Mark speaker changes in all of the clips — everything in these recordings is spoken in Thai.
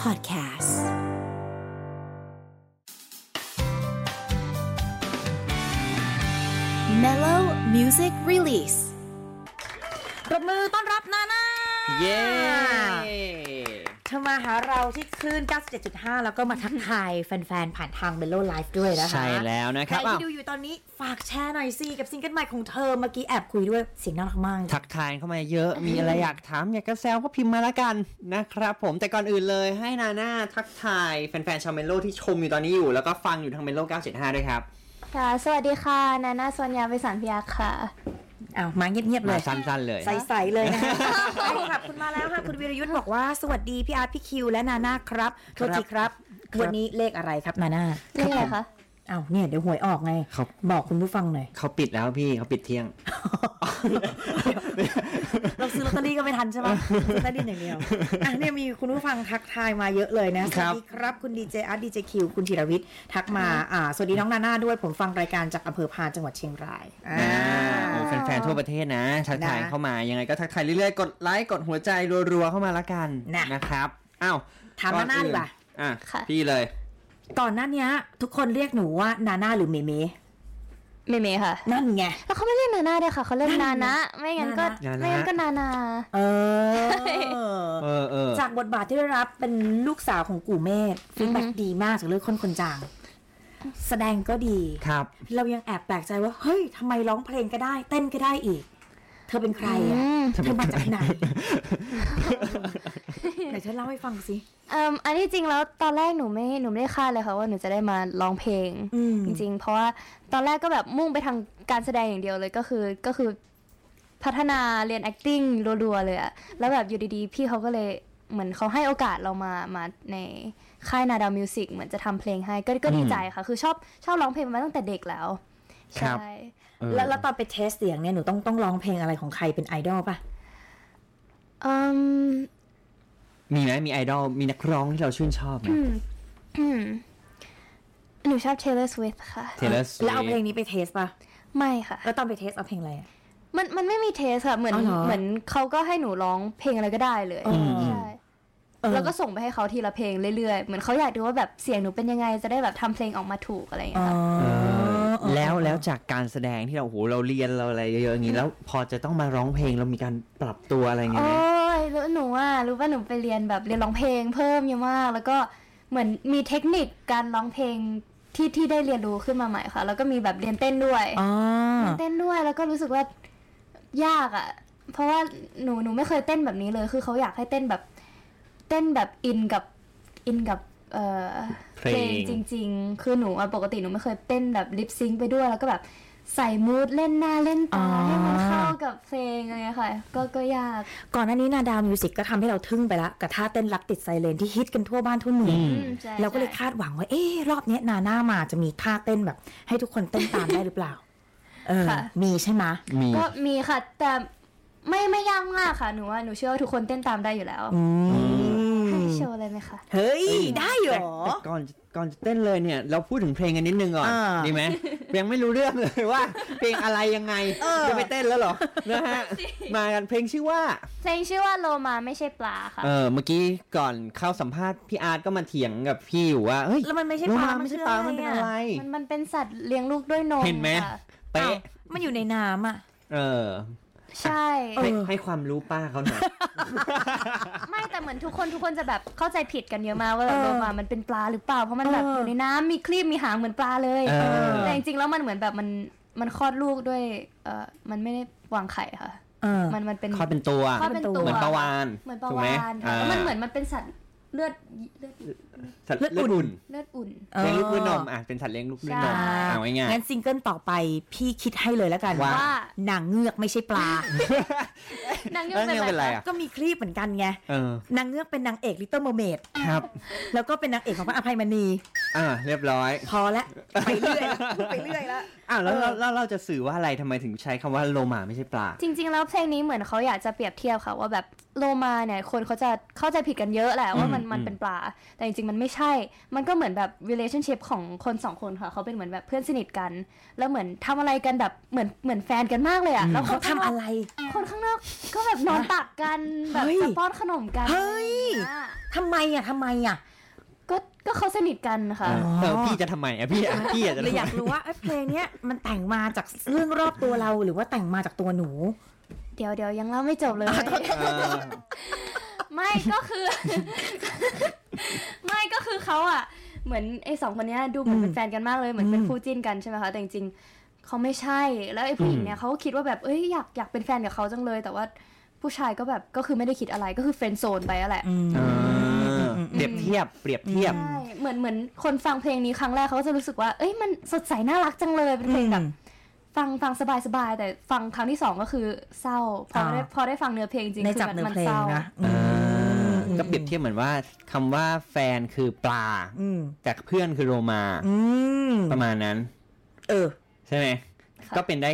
Speaker 1: Podcast Mellow Music Release
Speaker 2: ปรบมือต้อนรับนาน่า
Speaker 3: เย้
Speaker 2: เธอมาหาเราที่คลื่น 97.5 แล้วก็มาทักทาย แฟนๆ ผ่านทางเบลโลไลฟ์ด้วยนะคะ
Speaker 3: ใช่แล้วนะครับ
Speaker 2: ใคร
Speaker 3: อ้าว
Speaker 2: ที่ดูอยู่ตอนนี้ฝากแชร์หน่อยสิกับซิงเกิลใหม่ของเธอเมื่อกี้แอบคุยด้วยเสียงน่ารักมาก
Speaker 3: ทักทายเข้ามาเยอะ มีอะไรอยากถามอยากจะแซวก็พิมพ์มาละกันนะครับผม แต่ก่อนอื่นเลยให้นาน่าทักทายแฟนๆชาวเมนโลที่ชมอยู่ตอนนี้อยู่ แล้วก็ฟังอยู่ทางเมนโล975 ด้วยครับ
Speaker 4: ค่ะสวัสดีค่ะ นานาสวัญญาไปสันพยาค่ะ
Speaker 2: อ้าวมาเงียบๆเล
Speaker 3: มาย สั้นๆเลย
Speaker 2: ใสๆเลยนะคะแฟนคลับคุณมาแล้วค่ะ คุณวิรยุทธ์บอกว่าสวัสดีพี่อาร์ตพี่คิวและนาน่าครับโทษทีครับ
Speaker 3: ครับ
Speaker 2: วันนี้เลขอะไรครับนาน่า
Speaker 4: นี่อะไรคะ
Speaker 2: อ้าวเนี่ยเดี๋ยวหวยออกไง
Speaker 3: ครับ
Speaker 2: บอกคุณผู้ฟังหน่อย
Speaker 3: เขาปิดแล้วพี่เขาปิดเที่ยง
Speaker 2: เราซื้อลอตเตอรี่ก็ไม่ทันใช่ไหมซื้อลอตเตอรี่ อย่างเดียวอ่ะเนี่ยมีคุณผู้ฟังทักทายมาเยอะเลยนะส
Speaker 3: ครั
Speaker 2: วั
Speaker 3: บ
Speaker 2: สดีครับคุณดีเจอาร์ตดีเจคิวคุณธีรวิทย์ทักมาอ่าสวัสดีน้องนาน่าด้วยผมฟังรายการจากอำเภอพานจังหวัดเชียงรายอ่า
Speaker 3: อ่าโอ้แฟนๆทั่วประเทศนะ ทักทาย
Speaker 2: นะ
Speaker 3: เข้ามา ยังไงก็ทักทายเรื่อยๆ กดไลค์ กดหัวใจรัวๆเข้ามาละกัน
Speaker 2: นะ
Speaker 3: นะครับ อ้าว
Speaker 2: ถาม
Speaker 3: ก่อ
Speaker 2: นาน่าดีกว่า
Speaker 3: อ่ะ
Speaker 4: ค่ะ
Speaker 3: พี่เลย
Speaker 2: ก่อนหน้าเนี้ยทุกคนเรียกหนูว่านาน่าหรือเมเม
Speaker 4: เมเมค่ะ
Speaker 2: นั่นไง
Speaker 4: แล้วเขาไม่เรียกนานาด้วยค่ะ เขาเรียกนานะ ไม่งั้นก็
Speaker 3: นานะ
Speaker 4: ไม่งั้นก็นานา
Speaker 2: เออ
Speaker 3: เออเออ
Speaker 2: จากบทบาทที่ได้รับเป็นลูกสาวของกูเมธฟีดแบ็ดีมากจากเรื่องคนคนจาง แสดงก็ดี
Speaker 3: ครับ
Speaker 2: เรายังแอบแปลกใจว่า เฮ้ยทำไมร้องเพลงก็ได้ เต้นก็ได้อีก เธอเป็นใครอ่ะ
Speaker 4: อืม
Speaker 2: เธอมาจากไหนไหนเธอเล่าให้ฟังสิ
Speaker 4: เอ่มอันที่จริงแล้วตอนแรกหนูไม่หนูไม่ได้คาดเลยค่ะว่าหนูจะได้มาร้องเพลง
Speaker 2: อืม
Speaker 4: จริง ๆ เพราะว่าตอนแรกก็แบบมุ่งไปทางการแสดงอย่างเดียวเลยก็คือก็คือพัฒนาเรียน acting รัวๆเลยอะแล้วแบบอยู่ดีๆ พี่เขาก็เลยเหมือนเขาให้โอกาสเรามามาในค่ายนาดาวมิวสิกเหมือนจะทำเพลงให้ก็ก็ดีใจค่ะ คือชอบชอบร้องเพลงมาตั้งแต่เด็กแล้ว
Speaker 3: ครับ
Speaker 4: ใช่
Speaker 3: เออ
Speaker 2: แล้วแล้วตอนไปเทสเสียงเนี่ยหนูต้องต้องร้องเพลงอะไรของใครเป็นไอดอลป่ะ
Speaker 4: อืม
Speaker 3: มีไหมมีไอดอลมีนักร้องที่เราชื่นชอบไหม
Speaker 4: อืม หนูชอบ Taylor Swift ค่ะ
Speaker 3: Taylor
Speaker 2: แล้วเอาเพลง
Speaker 3: Swift
Speaker 2: นี้ไปเทสป่ะ
Speaker 4: ไม่ค่ะ
Speaker 2: แล้วตอนไปเทสเอาเพลงอะไรอะ
Speaker 4: มันมันไม่มีเทสค่ะ เหมือน
Speaker 2: อ๋อเหรอ
Speaker 4: เหมือนเขาก็ให้หนูร้องเพลงอะไรก็ได้เลย
Speaker 2: อืม
Speaker 4: ใช่
Speaker 2: เออ
Speaker 4: แล้วก็ส่งไปให้เขาทีละเพลงเรื่อยๆ เหมือนเขาอยากดูว่าแบบเสียงหนูเป็นยังไง จะได้แบบทำเพลงออกมาถูกอะไรอย่าง
Speaker 2: อ๋
Speaker 4: เงี้
Speaker 2: อย
Speaker 4: ค่ะ
Speaker 3: เออ
Speaker 2: เออ
Speaker 3: แล้วแล้วจากการแสดงที่เราโอ้โหเราเรียนเราอะไรเยอะๆอย่างนี้แล้วพอจะต้องมาร้องเพลงเรามีการปรับตัวอะไรอย่างเงี้ย
Speaker 4: โอ้
Speaker 3: ไหม
Speaker 4: ยแล้วหนูอ่ะรู้ว่าหนูไปเรียนแบบเรียนร้องเพลงเพิ่มเยอะมาก แล้วก็เหมือนมีเทคนิคการร้องเพลงที่ที่ได้เรียนรู้ขึ้นมาใหม่ค่ะ แล้วก็มีแบบเรียนเต้นด้วย
Speaker 2: อ๋อ
Speaker 4: เต้นด้วยแล้วก็รู้สึกว่ายากอะ่ะ เพราะว่าหนูหนูไม่เคยเต้นแบบนี้เลย คือเขาอยากให้เต้นแบบ เต้นแบบอินกับอินกับเอ่อ
Speaker 3: เพลง
Speaker 4: จริง ๆ คือหนูอะปกติหนูไม่เคยเต้นแบบลิปซิงค์ไปด้วย แล้วก็แบบใส่มูดเล่นหน้าเล่นตา
Speaker 2: อ๋อ
Speaker 4: ให้มันเข้ากับเพลงอะไรเงี้ยค่ะ ก็ก็ยาก
Speaker 2: ก่อนหน้านี้นาดาวมิวสิกก็ทำให้เราทึ่งไปละกับท่าเต้นรักติดไซเรนที่ฮิตกันทั่วบ้านทั่วเมือง
Speaker 3: อืม
Speaker 4: ใช่
Speaker 2: เราก็เลย
Speaker 4: ใช่
Speaker 2: คาดหวังว่า เอ๊ะรอบเนี้ยนาหน้ามาจะมีท่าเต้นแบบ ให้ทุกคนเต้นตามได้หรือเปล่า เออ
Speaker 4: ค่ะ
Speaker 2: มีใช่ไหมะ
Speaker 3: มี
Speaker 4: ก็มีค่ะ แต่ไม่ไม่ยากมากค่ะหนูว่าหนูเชื่อว่าทุกคนเต้นตามได้อยู่แล้วให้โชว์เลยไหมคะ
Speaker 2: เฮ้ย
Speaker 3: เอ้ย
Speaker 2: ได้เหรอ
Speaker 3: แต่ก่อนก่อนจะเต้นเลยเนี่ย เราพูดถึงเพลงกันนิดนึงก่อน
Speaker 2: อ่า
Speaker 3: ดี ไหมยังไม่รู้เรื่องเลยว่า เพลงอะไรยังไงจะไปเต้นแล้วเหรอนะฮะมากันเพลงชื่อว่า
Speaker 4: เพลงชื่อว่าโลมาไม่ใช่ปลาค่ะ
Speaker 3: เออเมื่อกี้ก่อนเข้าสัมภาษณ์พี่อาร์ตก็มาเถียงกับพี่อยู่ว่าเฮ้ย
Speaker 2: แล้วมันไม่ใช่ปลา
Speaker 3: โล
Speaker 2: มัน
Speaker 3: ไม่ใช่
Speaker 2: คือ
Speaker 3: ปลา
Speaker 2: อะ
Speaker 3: มันเป็นอะ
Speaker 2: ไรอะ
Speaker 3: ไร
Speaker 4: มันมันเป็นสัตว์เลี้ยงลูกด้วยนม
Speaker 3: เห็นไหม
Speaker 4: ค่ะ
Speaker 3: เป๊ะ
Speaker 2: อ้าวมันอยู่ในน้ำอ่ะ
Speaker 3: เออ
Speaker 4: ใช่
Speaker 2: เอ
Speaker 3: ให้
Speaker 2: อ
Speaker 3: ให้ความรู้ป้าเขาหน่อย
Speaker 4: ไม่แต่เหมือนทุกคนทุกคนจะแบบเข้าใจผิดกันเยอะมากว่า
Speaker 2: เออ
Speaker 4: โลมามันเป็นปลาหรือเปล่า เพราะมันแบบ
Speaker 2: เออ
Speaker 4: อ
Speaker 2: อ
Speaker 4: ยู่ในน้ำมีครีบมีหางเหมือนปลาเลย
Speaker 3: เออ
Speaker 4: แต่จริงๆแล้วมันเหมือนแบบมันมันคลอดลูกด้วยเออมันไม่ได้วางไข่ค่ะ
Speaker 2: เออ
Speaker 4: มันมันเป็น
Speaker 3: คลอดเป็นตัว
Speaker 4: คลอดเป็นตัว
Speaker 3: เหมือนปลาวาฬ
Speaker 4: เหมือนปลา
Speaker 3: ถูก
Speaker 4: วา
Speaker 3: ไหม
Speaker 4: ฬค่ะ
Speaker 3: อ่า
Speaker 4: แล้วมันเหมือนมันเป็นสัตว์เลือดเลือด
Speaker 3: สัตว์
Speaker 2: เลื
Speaker 3: เลื
Speaker 2: อ
Speaker 3: อ
Speaker 2: ด
Speaker 3: ด
Speaker 2: อุ่
Speaker 3: อุ่
Speaker 2: น
Speaker 3: น
Speaker 4: เลือดอุ่น
Speaker 2: เออ
Speaker 3: เลี้ยงลูกด้วยนมอ่ะเป็นสัตว์เลี้ยงลูกด้วยนม
Speaker 4: ใช่
Speaker 3: เอาง่าย
Speaker 2: งั้นซิงเกิลต่อไปพี่คิดให้เลยแล้วกัน
Speaker 3: ว่า
Speaker 4: ว่า
Speaker 2: หนังเงือกไม่ใช่ป ลา
Speaker 4: นาง
Speaker 3: ๆ
Speaker 4: เงื
Speaker 3: แล้วเนี่ย
Speaker 4: อก
Speaker 3: เป็
Speaker 4: เป็น
Speaker 3: อะไร
Speaker 4: นไร
Speaker 3: อ่ะ
Speaker 2: ก็มีคลีปเหมือนกันไง
Speaker 3: เออน
Speaker 2: างเงือกเป็นนางเอกลิตเติ้ลโมเมด
Speaker 3: ครับ
Speaker 2: แล้วก็เป็นนางเอกของพระอภัยมณี
Speaker 3: อ่าเรียบร้อย
Speaker 2: พอละไปเรื่อยละพูดไปเรื่อยละ
Speaker 3: อ้าวแล้วแล้วแล้วเราจะสื่อว่าอะไรทำไมถึงใช้คำว่าโลมาไม่ใช่ปลา
Speaker 4: จริง ๆ แล้วเพลงนี้เหมือนเขาอยากจะเปรียบเทียบค่ะว่าแบบโลมาเนี่ยคนเขาจะเข้าใจผิดกันเยอะแหละว่ามัน
Speaker 3: อืม
Speaker 4: มัน
Speaker 3: อืม
Speaker 4: เป็นปลา แต่จริงๆ มันไม่ใช่ มันก็เหมือนแบบ relationship ของคนสองคนค่ะเขาเป็นเหมือนแบบเพื่อนสนิทกัน แล้วเหมือนทำอะไรกันแบบเหมือนเหมือนแฟนกันมากเลยอะแล้ว
Speaker 2: เขา
Speaker 4: คนข้างน
Speaker 2: ทำ
Speaker 4: อก
Speaker 2: อะไร
Speaker 4: คนข้างนอกก็แบบนอนตักกันแบบ
Speaker 2: เฮ้ย
Speaker 4: จะป้อนขนมกัน
Speaker 2: เฮ้ย
Speaker 4: อะไรอย่างเงี้ย
Speaker 2: ทำไมอ่ะทำไมอ่ะ
Speaker 4: ก็ก็เขาสนิทกันค่ะ
Speaker 3: เออเออพี่จะทำไมอ่ะพี่อ่ะพี่อ่ะจะ
Speaker 2: เลย
Speaker 3: ทำ
Speaker 2: อ
Speaker 3: ไม
Speaker 2: ยากรู้ว่าเอ้ยเพลงเนี้ยมันแต่งมาจากเรื่องรอบตัวเราหรือว่าแต่งมาจากตัวหนู
Speaker 4: เดี๋ยวเดี๋ยวยังเล่าไม่จบเลย ไม่ก็คือ ไม่ก็คือเขาอ่ะ เหมือนไอ้สองคนเนี้ยดูเหมือนเป็นแฟนกันมากเลย เหมือนเป็น
Speaker 2: อืม
Speaker 4: คู่จิ้นกันใช่ไหมคะแต่จริงๆเขาไม่ใช่แล้วไอ้ผู้หญิงเนี่ยเขาก็คิดว่าแบบเอ้ยอยากอยากเป็นแฟนกับเขาจังเลย แต่ว่าผู้ชายก็แบบก็คือไม่ได้คิดอะไรก็คือเฟรนด์โซนไปอะแหละ
Speaker 2: อืม
Speaker 3: อ่าเปรียบเทียบเปรียบเทียบ
Speaker 4: ใช่ เหมือนเหมือนคนฟังเพลงนี้ครั้งแรกเขาก็จะรู้สึกว่า เอ้ยมันสดใสน่ารักจังเลยเป็นเพลงแบบฟังฟังสบายสบายๆแต่ฟังครั้งที่สองก็คือเศร้าพอได้
Speaker 2: อ่า
Speaker 4: พอได้ฟังเนื้อเพลงจริง
Speaker 2: ใน
Speaker 4: คื
Speaker 2: จับ
Speaker 4: แบบ
Speaker 2: เนื้อ
Speaker 4: มั
Speaker 2: เพล
Speaker 4: ศ
Speaker 2: ง
Speaker 4: ร้า
Speaker 2: นะอื
Speaker 3: อ่
Speaker 2: มา
Speaker 3: ก็เปรียบเทียบเหมือนว่าคำว่าแฟนคือปลา
Speaker 2: อืม
Speaker 3: แต่เพื่อนคือโรมา
Speaker 2: อืม
Speaker 3: ประมาณนั้น
Speaker 2: เออ
Speaker 3: ใช่ไหม
Speaker 4: ค่ะ
Speaker 3: ก็เป็นได้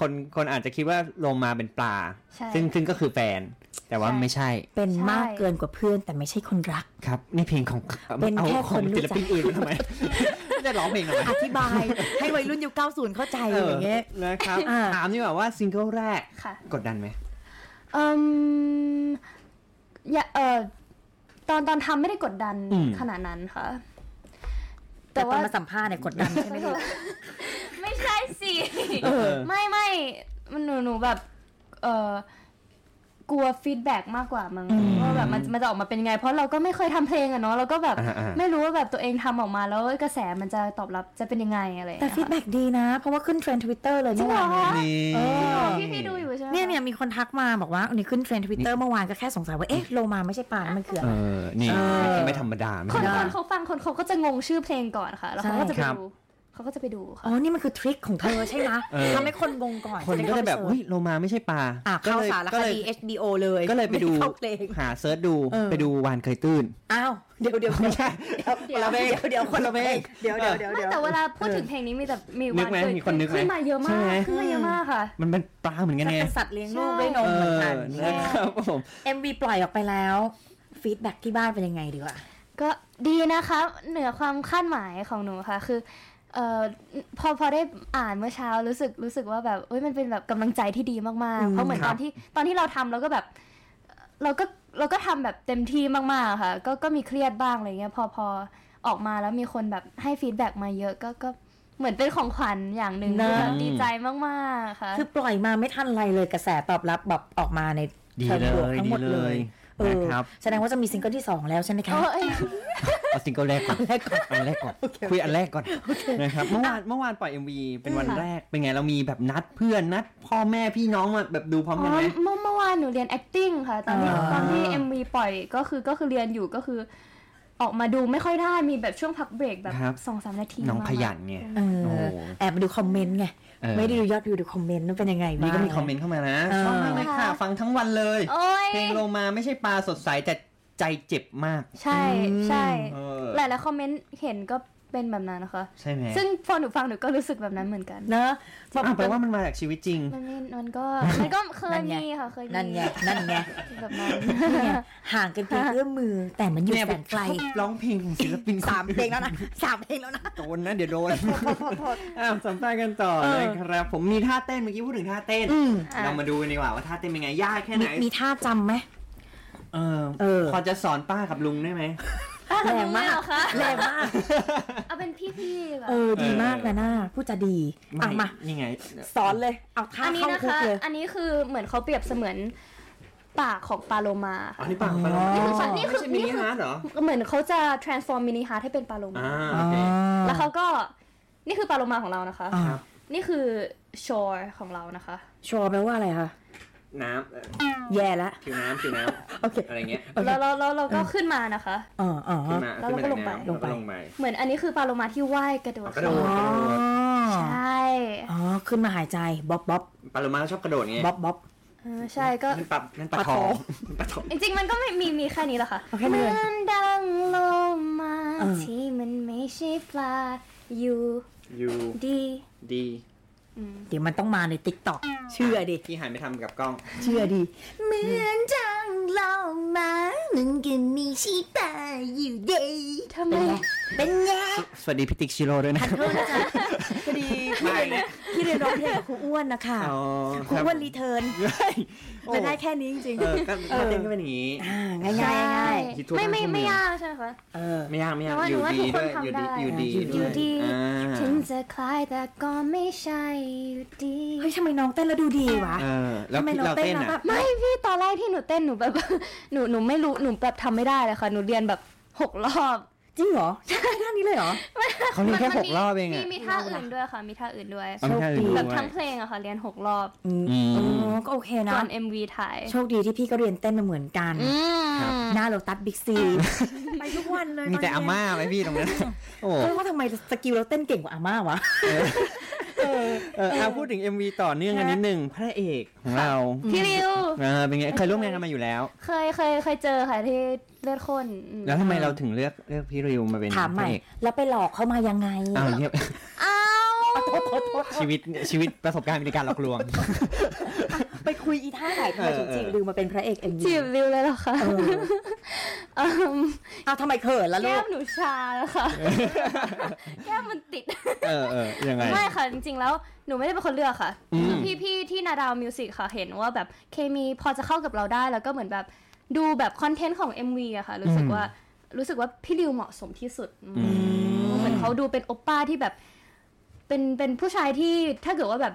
Speaker 3: คนคนอาจจะคิดว่าโลมาเป็นปลา
Speaker 4: ใช่
Speaker 3: ซึ่งซึ่งก็คือแฟน แต่ว่า
Speaker 4: ใช่
Speaker 3: ไม่ใช่
Speaker 2: เป็นมาก
Speaker 4: ใช่
Speaker 2: เกินกว่าเพื่อนแต่ไม่ใช่คนรัก
Speaker 3: ครับนี่เพลงของ
Speaker 2: เป็น
Speaker 3: อา
Speaker 2: แค่
Speaker 3: ข
Speaker 2: ค
Speaker 3: อง
Speaker 2: นรู้
Speaker 3: ศิล
Speaker 2: จัก
Speaker 3: ปินอื่นมา ทำไม ไม่ได้ร้องเพลงทำไม
Speaker 2: อธิบาย ให้วัยรุ่นยุค90 เข้าใจ
Speaker 3: เอ
Speaker 2: อ
Speaker 3: อย่าง
Speaker 2: เงี้ย
Speaker 3: นะครับ
Speaker 2: อ่า
Speaker 3: ถามดีกว่าว่าซิงเกิลแรก
Speaker 4: ค่ะ
Speaker 3: กดดันไหม
Speaker 4: อืมอย่าเออตอนตอนทำไม่ได้กดดัน
Speaker 3: อืม
Speaker 4: ขนาดนั้นค่ะ
Speaker 2: แต่
Speaker 4: แต่
Speaker 2: ตอ
Speaker 4: ว่าน
Speaker 2: มาสัมภาษณ์เนี่ยกดดันใช่ไหมลูก
Speaker 4: ไม่ใช่สิ
Speaker 3: เออ
Speaker 4: ไม่ไม่มันหนูหนูแบบ เออกลัวฟีดแบ็กมากกว่ามั้งว่าแบบมันมันจะออกมาเป็นยังไง เพราะเราก็ไม่เคยทำเพลงอะเนาะเราก็แบบ
Speaker 3: อ่าอ่า
Speaker 4: ไม่รู้ว่าแบบตัวเองทำออกมาแล้วกระแสมันจะตอบรับจะเป็นยังไงอะไรอย่าง
Speaker 2: แต่
Speaker 4: เงี้ย
Speaker 2: ฟีดแบ็กดีนะ เพราะว่าขึ้นเทรนด์ทวิตเตอร์เลย
Speaker 4: จริ
Speaker 2: เมื่
Speaker 4: ง
Speaker 2: อ
Speaker 4: เหรอ
Speaker 2: วา
Speaker 4: น คะ
Speaker 3: นี่
Speaker 4: พี่พี่ดูอยู่ใช่ไหม
Speaker 2: เนี่ยเนี่ยมีคนทักมาบอกว่าอันนี้ขึ้นเทรนด์ทวิตเตอร์เมื่อวานก็แค่สงสัยว่า เอ๊ะโลมาไม่ใช่ปลามันคืออะ
Speaker 3: เออ
Speaker 2: ไร
Speaker 3: นี่
Speaker 2: เออ
Speaker 3: ไม่ธรรมดาไม่
Speaker 4: ค
Speaker 3: ธรรม
Speaker 4: นค
Speaker 3: ดา
Speaker 4: นเขาฟังคนเขาก็จะงงชื่อเพลงก่อนค่ะ แล้วเขาก็จะไป
Speaker 3: ใช่ครับ
Speaker 4: ดูเขาก็จะไปดูค่ะ
Speaker 2: อ๋อ นี่มันคือทริคของเธอใช่ไหม
Speaker 3: เออ
Speaker 2: ทำให้คนงงก่อน
Speaker 3: คนก็จะแบบอุ้ยโลมาไม่ใช่ปลา
Speaker 2: อ่ะ
Speaker 3: ก็
Speaker 2: เข้า
Speaker 3: เลย
Speaker 2: สาร
Speaker 3: ก็
Speaker 2: ค
Speaker 3: เลย
Speaker 2: ดี HBO เลย
Speaker 3: ก็เลยไปดู
Speaker 2: ม่เข้าเพลง
Speaker 3: หาเซิร์ชดู
Speaker 2: เออ
Speaker 3: ไปดูวานเคยตื้น
Speaker 2: อ้าวเดี๋ยวเดี๋ยว
Speaker 3: ไม่ใช่
Speaker 2: คนละเพลงเดี๋ยวคนละเพลงเดี๋ยวเดี๋ยวเดี๋ยว
Speaker 4: ไม่
Speaker 2: เดี๋ยว
Speaker 4: แต่เวลาพูดถึงเพลงนี้มีแต่มี
Speaker 3: นึ
Speaker 4: วั
Speaker 3: ก
Speaker 4: น
Speaker 3: ไหม
Speaker 4: เกิด
Speaker 3: มีคนนึกไหม
Speaker 4: ขึ้นมาเยอะ
Speaker 3: ใช่
Speaker 4: มาก
Speaker 3: ไหม
Speaker 4: ขึ้นมาเยอะมากค่ะ
Speaker 3: มันเป็นปลาเหมือนกันไง
Speaker 2: เป็นสัตว์เลี้ยงลูกด้วยนมเหมือนกัน
Speaker 3: เออนะครับผม
Speaker 2: เอ็มวีปล่อยออกไปแล้วฟีดแบ็กที่บ้านเป็นยังไงดีวะ
Speaker 4: ก็ดีนะคะ เหนือความคาดหมายของหนูค่ะ คือเอ่อพอพอได้อ่านเมื่อเช้ารู้สึกรู้สึกว่าแบบเอ้ยมันเป็นแบบกำลังใจที่ดีมากๆ เพราะเหมือนตอนที่ตอนที่เราทำเราก็แบบ เราก็เราก็ทำแบบเต็มที่มากๆค่ะ ก็ก็มีเครียดบ้างอะไรเงี้ยพอพอออกมาแล้วมีคนแบบให้ฟีดแบ็กมาเยอะก็ก็เหมือนเป็นของขวัญอย่างหนึ่ง
Speaker 2: เนอะ
Speaker 4: แบบดีใจมากๆค่ะ
Speaker 2: คือปล่อยมาไม่ทันไรเลยกระแสตอบรับแบบออกมาใน
Speaker 3: ดี
Speaker 2: เชิง
Speaker 3: เล
Speaker 2: บวก
Speaker 3: ย
Speaker 2: ทั้ง
Speaker 3: ดี
Speaker 2: หมด
Speaker 3: เล
Speaker 2: เลย ยเอ
Speaker 3: นะ
Speaker 2: อ
Speaker 3: ครับ
Speaker 2: แสดงว่าจะมีซิงเกิลที่ 2 แล้วใช่ไหมคะ
Speaker 4: โอ้ย
Speaker 3: เอาซิงเกิลแรกก่อนอันแรกก่อนคุยอันแรกก่อนนะครับเมื่อวานเมื่อวานปล่อย MV เป็นวัน
Speaker 4: ค่ะ
Speaker 3: แรกเป็นไงเรามีแบบนัดเพื่อนนัด พ่อแม่พี่น้องมาแบบดูพร้อม
Speaker 4: อ๋อ
Speaker 3: กันไหม
Speaker 4: เมื่อเมื่อวานหนูเรียน acting ค่ะ ตอนที่
Speaker 2: อ่า
Speaker 4: ตอนที่ MV ปล่อยก็คือก็คือเรียนอยู่ก็คือ ออกมาดูไม่ค่อยได้มีแบบช่วงพักเบรกแบบ
Speaker 3: ครับ
Speaker 4: สองสามนาที
Speaker 3: น้อง
Speaker 4: มา
Speaker 3: ขยันไง
Speaker 2: เอ
Speaker 3: โอ้
Speaker 2: อ
Speaker 3: โห
Speaker 2: แอบไปดูคอมเมนต์ไง
Speaker 3: เออ
Speaker 2: ไม่ได้ดูยอดวิวดูคอมเมนต์นั่นเป็นยังไง
Speaker 3: นี่ก็
Speaker 2: บ้าง
Speaker 3: มีคอมเมนต์เข้ามานะ
Speaker 2: เออ
Speaker 3: ชอบมากเลยค่ะฟังทั้งวันเลย
Speaker 4: โอ้ย
Speaker 3: เพลงโลมาไม่ใช่ปลาสดใสแต่ใจเจ็บมาก
Speaker 4: ใช่ใช่
Speaker 3: เออ
Speaker 4: หลายๆคอมเมนต์เห็นก็เป็นแบบนั้นนะคะ
Speaker 3: ใช่ไหม
Speaker 4: ซึ่งพอหนูฟังหนูก็รู้สึกแบบนั้นเหมือนกัน
Speaker 2: เนอะ
Speaker 3: อ่ะแปลว่ามันมาจากชีวิตจริง
Speaker 4: มันไม่มันก็มันก็เคยมีค่ะเคยมี
Speaker 2: นั่นไงนั่นไง
Speaker 4: แบบนั้น
Speaker 2: นี่ไงห่างกันเพียงเอื้อมมือ แต่มันอยู่
Speaker 3: เนี่ย
Speaker 2: แสนไกล
Speaker 3: ชอบร้องเพลงของศิลปิน
Speaker 2: สามเพลงแล้วนะสามเพลงแล้วนะ
Speaker 3: โดนนะ เดี๋ยวโดนอ้าวสัมภาษณ์กันต่อ
Speaker 2: เออ
Speaker 3: นะครับ ผมมีท่าเต้นเมื่อกี้พูดถึงท่าเต้น
Speaker 2: อืม
Speaker 4: อ่ะ
Speaker 3: เรามาดูกันดีกว่าว่าท่าเต้นเป็นไง ยากแค่ไหน
Speaker 2: มีมีท่าจำไหม
Speaker 3: เออ
Speaker 2: เออ
Speaker 3: พอจะสอนป้ากับลุงได้ไหม
Speaker 4: แรงมากค่ะ
Speaker 2: แรงมาก
Speaker 4: เอาเป็นพี่ๆแบบ
Speaker 2: เออ ดีมากนะน่าพูดจะดีอ่ะมา
Speaker 3: ยังไง
Speaker 2: สอนเลย เอาท่า
Speaker 4: อันนี้
Speaker 2: เข้า
Speaker 4: นะ
Speaker 2: คุก
Speaker 4: คะ
Speaker 2: เลย
Speaker 4: อันนี้คือเหมือนเขาเปรียบเสมือนปากของปลาโลมาค่ะ
Speaker 3: อ๋อ นี่ป้ากับป้าลุง
Speaker 2: อ๋อ
Speaker 3: นี่คือ
Speaker 4: นี่
Speaker 3: ไม่ใช่มิ
Speaker 4: คือนี่
Speaker 3: นิ
Speaker 4: คือ
Speaker 3: ฮาร์ดเหรอ
Speaker 4: เหมือนเขาจะ transform มินิฮาร์ทให้เป็นปลาโลมา
Speaker 3: อ่าโอเค
Speaker 4: แล้วเขาก็นี่คือปลาโลมาของเรานะคะ
Speaker 2: อ่า
Speaker 3: ครับ
Speaker 4: นี่คือ shore ของเรานะคะ
Speaker 2: ชัวร์แปลว่าอะไรคะ
Speaker 3: น้ำเอ่อ
Speaker 2: แย่แล้ว
Speaker 3: ผิวน้ำผิวน้
Speaker 2: โอเค
Speaker 3: ำอะไรเงี้ย
Speaker 2: โอเค
Speaker 4: แล้วเราเราเราก็ขึ้นมานะคะ
Speaker 2: อ๋ออ๋อ
Speaker 3: ขึ้นมา
Speaker 4: แล้ว
Speaker 3: ขึ้น
Speaker 4: เรา
Speaker 3: มา
Speaker 4: ก็
Speaker 3: จาก
Speaker 4: ลง
Speaker 3: น้ำแล้ว
Speaker 4: ไป
Speaker 3: ก็ลงไป
Speaker 4: เหมือนอันนี้คือปลาโลมาที่ว่ายกระโดด
Speaker 3: อ๋อกระโดด
Speaker 2: อ๋อ
Speaker 4: ใช่
Speaker 2: อ๋อ ขึ้นมาหายใจ บ๊อบบ๊อบ
Speaker 3: ปลาโลมาชอบกระโดดไง
Speaker 2: บ๊อบบ๊อบ
Speaker 4: เออใช่ก็
Speaker 3: นั่นปลานั่นปลา
Speaker 2: ปลา
Speaker 3: ท
Speaker 2: ท
Speaker 3: อ
Speaker 2: องง
Speaker 3: ปลาทอง
Speaker 4: จริงๆมันก็ไม่มีมีแค่นี้แหละค่ะ
Speaker 2: เอาแค่
Speaker 4: เห
Speaker 2: นี้
Speaker 4: มื
Speaker 2: เลย
Speaker 4: อนดังโลมา ที่มันไม่ใช่ปลาอยู่
Speaker 3: ยู
Speaker 4: ดี
Speaker 3: ดี
Speaker 2: เดี๋ยวมันต้องมาในติ๊กต็อกเชื่อดิ
Speaker 3: ที่หันไปทำกับกล้อง
Speaker 2: เชื่อดิ
Speaker 1: เหมือนจังเรามามึงก็มีชีตาอยู่เดย์
Speaker 4: ทำไม
Speaker 1: เป็นไง
Speaker 3: สวัสดีพิติกชิโร่ด้วยนะครับ
Speaker 2: พอดี
Speaker 3: ไม่
Speaker 2: พี่เรียนร้องเพลงกับครูอ้วนนะคะ
Speaker 3: อ๋อ
Speaker 2: ครูอ้วนรีเทิร์น
Speaker 3: เฮ้ยโอ้
Speaker 2: จะได้แค่นี้จริง
Speaker 3: เออก็ถ้าเต้นก็เป็นอย่างนี้
Speaker 2: ๆ่าง่ายๆง่าย
Speaker 3: ฮิตทั่ว
Speaker 4: ไม่
Speaker 3: ทั้งชั่วโมง
Speaker 4: ไม่ไม่ยากใช่ไหมคะ
Speaker 2: ๆเออ
Speaker 3: ไม่ยากไม่ยาก
Speaker 4: แต่ว่า
Speaker 3: อ
Speaker 4: หนู
Speaker 3: ยู่
Speaker 4: ว่า
Speaker 3: ดี
Speaker 4: ทุกคน
Speaker 3: ด้วยอ
Speaker 4: ทำ
Speaker 3: ยู่ดี
Speaker 4: ได้
Speaker 3: อยู่ดี
Speaker 2: อยู่
Speaker 3: ด้วย
Speaker 2: ดี
Speaker 3: อ่า
Speaker 4: ถึงจะคล้ายแต่ก็ไม่ใช่อยู่ดี
Speaker 2: เฮ้ยทำไมน้องเต้นแล้วดูดีวะ
Speaker 3: เออแล้ว
Speaker 2: ทำไม
Speaker 3: ที่
Speaker 2: น้อง
Speaker 3: เรา
Speaker 2: เต้
Speaker 3: เต้น
Speaker 2: นแล้วแบ
Speaker 3: อ่ะ
Speaker 2: บ
Speaker 4: ไม่พี่ตอนแรกที่หนูเต้นหนูแบบ หนูหนูไม่รู้หนูแบบทำไม่ได้เลยค่ะหนูเรียนแบบหกรอบ
Speaker 2: จริงเหรอใช่ท่านี้เลยเหรอ
Speaker 3: เขาเรียนแค่
Speaker 4: มัน
Speaker 3: ห
Speaker 4: มี
Speaker 3: กรอบเอง
Speaker 4: มี
Speaker 3: อ่ะ
Speaker 4: มีท่าอื่นด้วยค่ะ มีท่าอื่นด้วย
Speaker 3: เอาไม่ได้เลย
Speaker 2: โชคดี
Speaker 3: ด้
Speaker 4: แบ
Speaker 3: วย
Speaker 4: บทั้งเพลงอะค่ะ เรียนหกรอบ
Speaker 2: อืม
Speaker 3: อื
Speaker 2: อ๋
Speaker 3: ม
Speaker 2: อก็โอเค
Speaker 4: ก่
Speaker 2: นะ
Speaker 4: อน MV ถ่าย
Speaker 2: โชคดีที่พี่ก็เรียนเต้นมาเหมือนกัน
Speaker 4: อืม
Speaker 3: ครับ
Speaker 2: หน้าโลตัสบิ๊กซี ไปทุกวันเลย
Speaker 3: มีแต่อาม่าไหมพี่ตรงนั้น โอ้
Speaker 2: เออว่าทำไมสกิลเราเต้นเก่งกว่าอาม่าวะ
Speaker 3: เออเอาพูดถึง MV ต่อเนื่องกันนิดนึงพระเอกของเรา
Speaker 4: พี่ริว
Speaker 3: อ่าเป็นไงเคยร่วมงานกันมาอยู่แล้ว
Speaker 4: เคยเคยเคยเจอค่ะที่เลือดข้นอืม
Speaker 3: แล้วทำไมเราถึงเลือกเลือกพี่ริวมาเป็น
Speaker 2: ถาม
Speaker 3: พ
Speaker 2: ให
Speaker 3: ระ
Speaker 2: ม่
Speaker 3: เอก
Speaker 2: แล้วไปหลอกเขามายังไง
Speaker 3: อ้าวเงียบ
Speaker 4: อ้าว
Speaker 2: โทษโทษโทษ
Speaker 3: ชีวิตชีวิตประสบการณ์ในการหลอกลวง
Speaker 2: ไปคุยอีท่าไหนทำไมถึงจีบริวมาเป็นพระเอกเอ็มวี
Speaker 4: จีบริวเลยเหรอคะ
Speaker 2: เออ
Speaker 4: อืม
Speaker 2: อ้าวทำไมเขินล่ะลู
Speaker 4: แก้
Speaker 2: ก
Speaker 4: มหนูชาแล้วค่ะ แก้มมันติด
Speaker 3: เออเออยังไง
Speaker 4: ไม่ค่ะ จริงๆ แล้วหนูไม่ได้เป็นคนเลือกค่ะ
Speaker 3: อืม
Speaker 4: คือพี่ ๆ ที่นาดาวมิวสิกค่ะ เห็นว่าแบบเคมีพอจะเข้ากับเราได้แล้วก็เหมือนแบบดูแบบคอนเทนต์ของ MV อะค่ะ รู้สึกว่ารู้สึกว่าพี่ริวเหมาะสมที่สุดอืมเหมือนเขาดูเป็นโอปป้าที่แบบ เป็นเป็นผู้ชายที่ถ้าเกิดว่าแบบ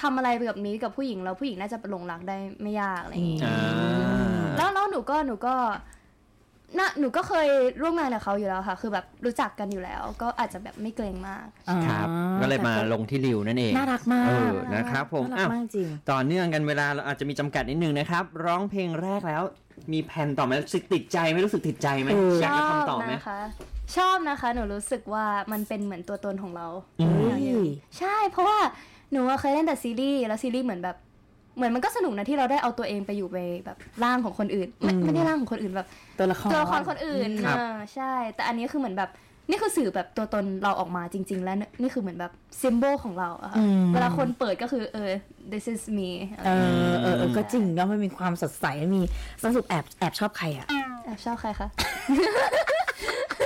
Speaker 4: ทำอะไรแบบนี้กับผู้หญิงแล้วผู้หญิงน่าจะหลงรักได้ไม่ยากอะไรอย่างงี้
Speaker 3: อ่า
Speaker 4: แล้วแล้วหนูก็หนูก็น่ะหนูก็เคยร่วมงานกับเขาอยู่แล้วค่ะ คือแบบรู้จักกันอยู่แล้ว ก็อาจจะแบบไม่เกรงมาก
Speaker 3: ครับก็เลยมาลงที่ริวนั่นเอง
Speaker 2: น่ารักมาก
Speaker 3: เออนะครับผม
Speaker 2: น่ารั
Speaker 3: อ้าก ว
Speaker 2: มากจริง
Speaker 3: ต่อเนื่องกันเวลาเราอาจจะมีจำกัดนิดนึงนะครับ ร้องเพลงแรกแล้ว มีแผ่นต่อไหมรู้สึกติดใจไหม่รู้สึกติดใจไหม
Speaker 2: เออ
Speaker 3: อ
Speaker 4: ช
Speaker 3: ยาก
Speaker 4: อ
Speaker 3: จะ
Speaker 4: บ
Speaker 3: ทำต่อไหม
Speaker 4: นะคะ ชอบนะคะหนูรู้สึกว่ามันเป็นเหมือนตัวตนของเรา
Speaker 2: เฮ้ย
Speaker 4: ใช่เพราะว่าหนูอะเคยเล่นแต่ซีรีส์แล้วซีรีส์เหมือนแบบ เหมือนมันก็สนุกนะที่เราได้เอาตัวเองไปอยู่ในแบบร่างของคนอื่นไม่
Speaker 2: อืม
Speaker 4: ไม่ได้ร่างของคนอื่นแบบ
Speaker 2: ตัวละคร
Speaker 4: ตัวละครคนอื่น
Speaker 3: ครับ
Speaker 4: เออใช่ แต่อันนี้คือเหมือนแบบนี่คือสื่อแบบตัวตนเราออกมาจริง ๆ แล้วนี่นี่คือเหมือนแบบซิมโบลของเราอะค่ะ
Speaker 2: อืม
Speaker 4: เวลาคนเปิดก็คือเออ this is me
Speaker 2: เออเออเออก็จริงแล้วมันมีความสดใสมีสรุปแอบแอบชอบใครอ่ะ
Speaker 4: แอบชอบใครคะ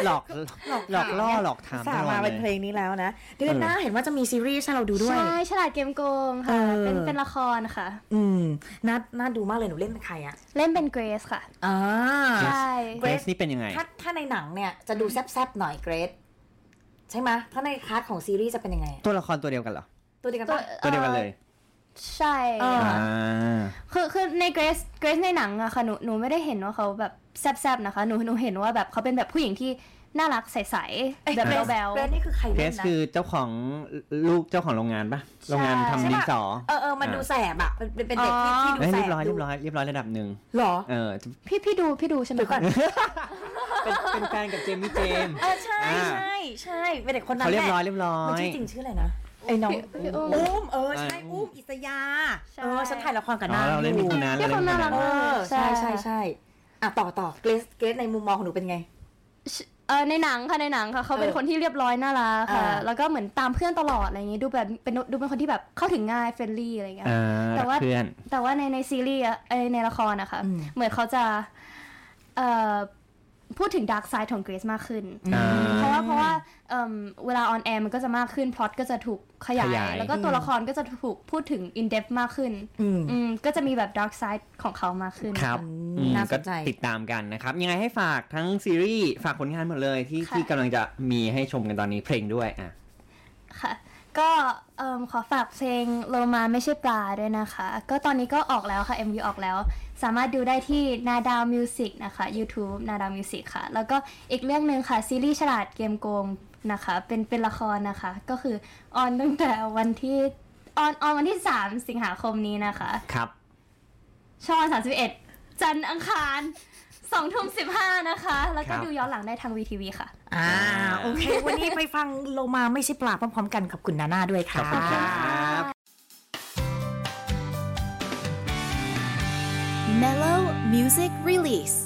Speaker 3: หลอกหลอกล่อหลอกถาม
Speaker 2: สา
Speaker 3: ตลอด
Speaker 2: มา
Speaker 3: เล
Speaker 2: เป็นเพล
Speaker 3: ย
Speaker 2: งนี้แล้วนะ เดือนหน้าเห็นว่าจะมีซีรีส์ให้เราดูด้วย
Speaker 4: ใช่ฉลาดเกมโกง
Speaker 2: เอ
Speaker 4: ค่ะ
Speaker 2: อ
Speaker 4: เป็นเป็นละครค่ะ
Speaker 2: อืมน่าน่าดูมากเลยหนูเล่นเป็นใครอ่ะ
Speaker 4: เล่นเป็นเกรซค่ะ
Speaker 2: อ่า
Speaker 4: ใช่
Speaker 3: เกรซนี่เป็นยังไง
Speaker 2: ถ้าถ้าในหนังเนี่ยจะดูแซบๆหน่อยเกรด ใช่ไหมยถ้าในคลาสของซีรีส์จะเป็นยังไงอะ
Speaker 3: ตัวละครตัวเดียวกันเหรอ
Speaker 2: ตัวเดียวกัน
Speaker 4: ตัว
Speaker 2: ปะ
Speaker 4: อ่อ
Speaker 3: ตัวเดียวกันเลย
Speaker 4: ใช่
Speaker 2: เออ
Speaker 3: อ่า
Speaker 4: คือคือในเกรซเกรซในหนังอะค่ะหนูหนูไม่ได้เห็นว่าเขาแบบแซบๆนะคะหนูหนูเห็นว่าแบบเขาเป็นแบบผู้หญิงที่น่ารักใสๆแบบ
Speaker 2: เกรซ
Speaker 4: แบล
Speaker 2: เกรดนี่คือใคร
Speaker 3: เกร
Speaker 2: เล่น
Speaker 3: ซ
Speaker 2: นะ
Speaker 3: คือเจ้าของลูกเจ้าของโรงงานปะโรงงานทำดินสอ
Speaker 2: เออเออมันดูแสบอ่ะเป็นเป็นเป็นเด็กที่
Speaker 4: อ๋อ
Speaker 2: ที่ดู
Speaker 3: เอ้ย
Speaker 2: แส
Speaker 3: เรีย
Speaker 2: บบ
Speaker 3: ร้อย
Speaker 2: ดู
Speaker 3: เรียบร้อยเรียบร้อยระดับหนึ่ง
Speaker 2: หรอ
Speaker 3: เออ
Speaker 4: ๆพี่พี่ดูพี่ดูใช่ไหม
Speaker 2: เดี๋ยวก่อน
Speaker 3: เป็นเป็นแฟนกับเจมี่เจมส์
Speaker 2: เออใช่ใช่ใช่เป็นเด็กคนนั้น
Speaker 3: เขา
Speaker 2: แห
Speaker 3: เรียบร้อย
Speaker 2: ละ
Speaker 3: เรียบร้อ
Speaker 2: มัน
Speaker 3: ย
Speaker 2: ชื่อจริงชื่ออะไรนะไอ้น้อง
Speaker 4: พี่พี่อุ้ม
Speaker 2: อุ้มเออใช่
Speaker 3: เอออุ้
Speaker 2: อุ้
Speaker 3: ม
Speaker 2: มอิสยา
Speaker 4: ใช่
Speaker 2: เออฉันถ่ายละครกั
Speaker 3: อ๋อน
Speaker 2: บาง
Speaker 3: เราเล่น
Speaker 2: อ
Speaker 3: เป็น
Speaker 2: ยู่
Speaker 3: คนนั้นเราเล่นเป็นคนนั้น
Speaker 4: เรียบร้อยน่ารัก
Speaker 2: เอ
Speaker 4: มาก
Speaker 2: อใช่ใช่ใช่อ่ะต่อต่อเกรซเกรซในมุมมองของหนูเป็นไง
Speaker 4: เออในหนังค่ะในหนังค่ะเขาเป็น
Speaker 2: เออ
Speaker 4: คนที่เรียบร้อยน่ารักค่ะ
Speaker 2: อ่า
Speaker 4: แล้วก็เหมือนตามเพื่อนตลอดอะไรอย่างงี้ดูแบบเป็นดูเป็นคนที่แบบเข้าถึงง่ายเฟรนลี่อะไรอย่างเงี้ย
Speaker 3: อ่า
Speaker 4: แต่ว่า
Speaker 3: รักเพื่อน
Speaker 4: แต่ว่าในในซีรีส์อะเอ้ยในละครนะคะ
Speaker 2: อืม
Speaker 4: เหมือนเขาจะเอ่อพูดถึงดาร์กไซด์ของเกรซมากขึ้น
Speaker 3: อ่า
Speaker 4: เพราะว่าเพราะว่าเอิ่มเวลาออนแอร์มันก็จะมากขึ้นพล็อตก็จะถูกขยาย
Speaker 3: ขยาย
Speaker 4: แล้วก็ตัวละครก็จะถูกพูดถึงอินเด h มากขึ้น
Speaker 2: อืม
Speaker 4: อืมก็จะมีแบบดาร์กไซด์ของเขามากขึ้น
Speaker 3: ครับ
Speaker 2: อืม
Speaker 3: อืม
Speaker 2: น่าสนใจ
Speaker 3: ก็ติดตามกันนะครับ ยังไงให้ฝากทั้งซีรีส์ฝากผลงานหมดเลยที่
Speaker 4: ค่ะ
Speaker 3: ที่กำลังจะมีให้ชมกันตอนนี้เพลงด้วยอ่ะ
Speaker 4: ค่ะ ก็เอิ่มขอฝากเพลงโลมาไม่ใช่ปลาด้วยนะคะ ก็ตอนนี้ก็ออกแล้วค่ะ MV ออกแล้ว สามารถดูได้ที่นาดาวมิวสิกนะคะ YouTube นาดาวมิวสิกค่ะ แล้วก็อีกเรื่องหนึ่งค่ะ ซีรีส์ฉลาดเกมโกงนะคะ เป็นเป็นละครนะคะ ก็คือออนตั้งแต่วันที่ออนออนวันที่ 3 สิงหาคมนี้นะคะ
Speaker 3: ครับ
Speaker 4: ช่องวัน31 จันทร์อังคาร2ทุ่ม15 นะคะ แล้ว
Speaker 3: ค
Speaker 4: ก็
Speaker 3: รับ
Speaker 4: ดูย้อนหลังได้ทางวีทีวีค่ะ
Speaker 2: อ่าโอเค วันนี้ไปฟังโลมาไม่ใช่ปลาพร้อมๆกันขอบคุณนาน่าด้วยค่ะ
Speaker 3: ขอบคุณครับ
Speaker 1: Mellow Music Release.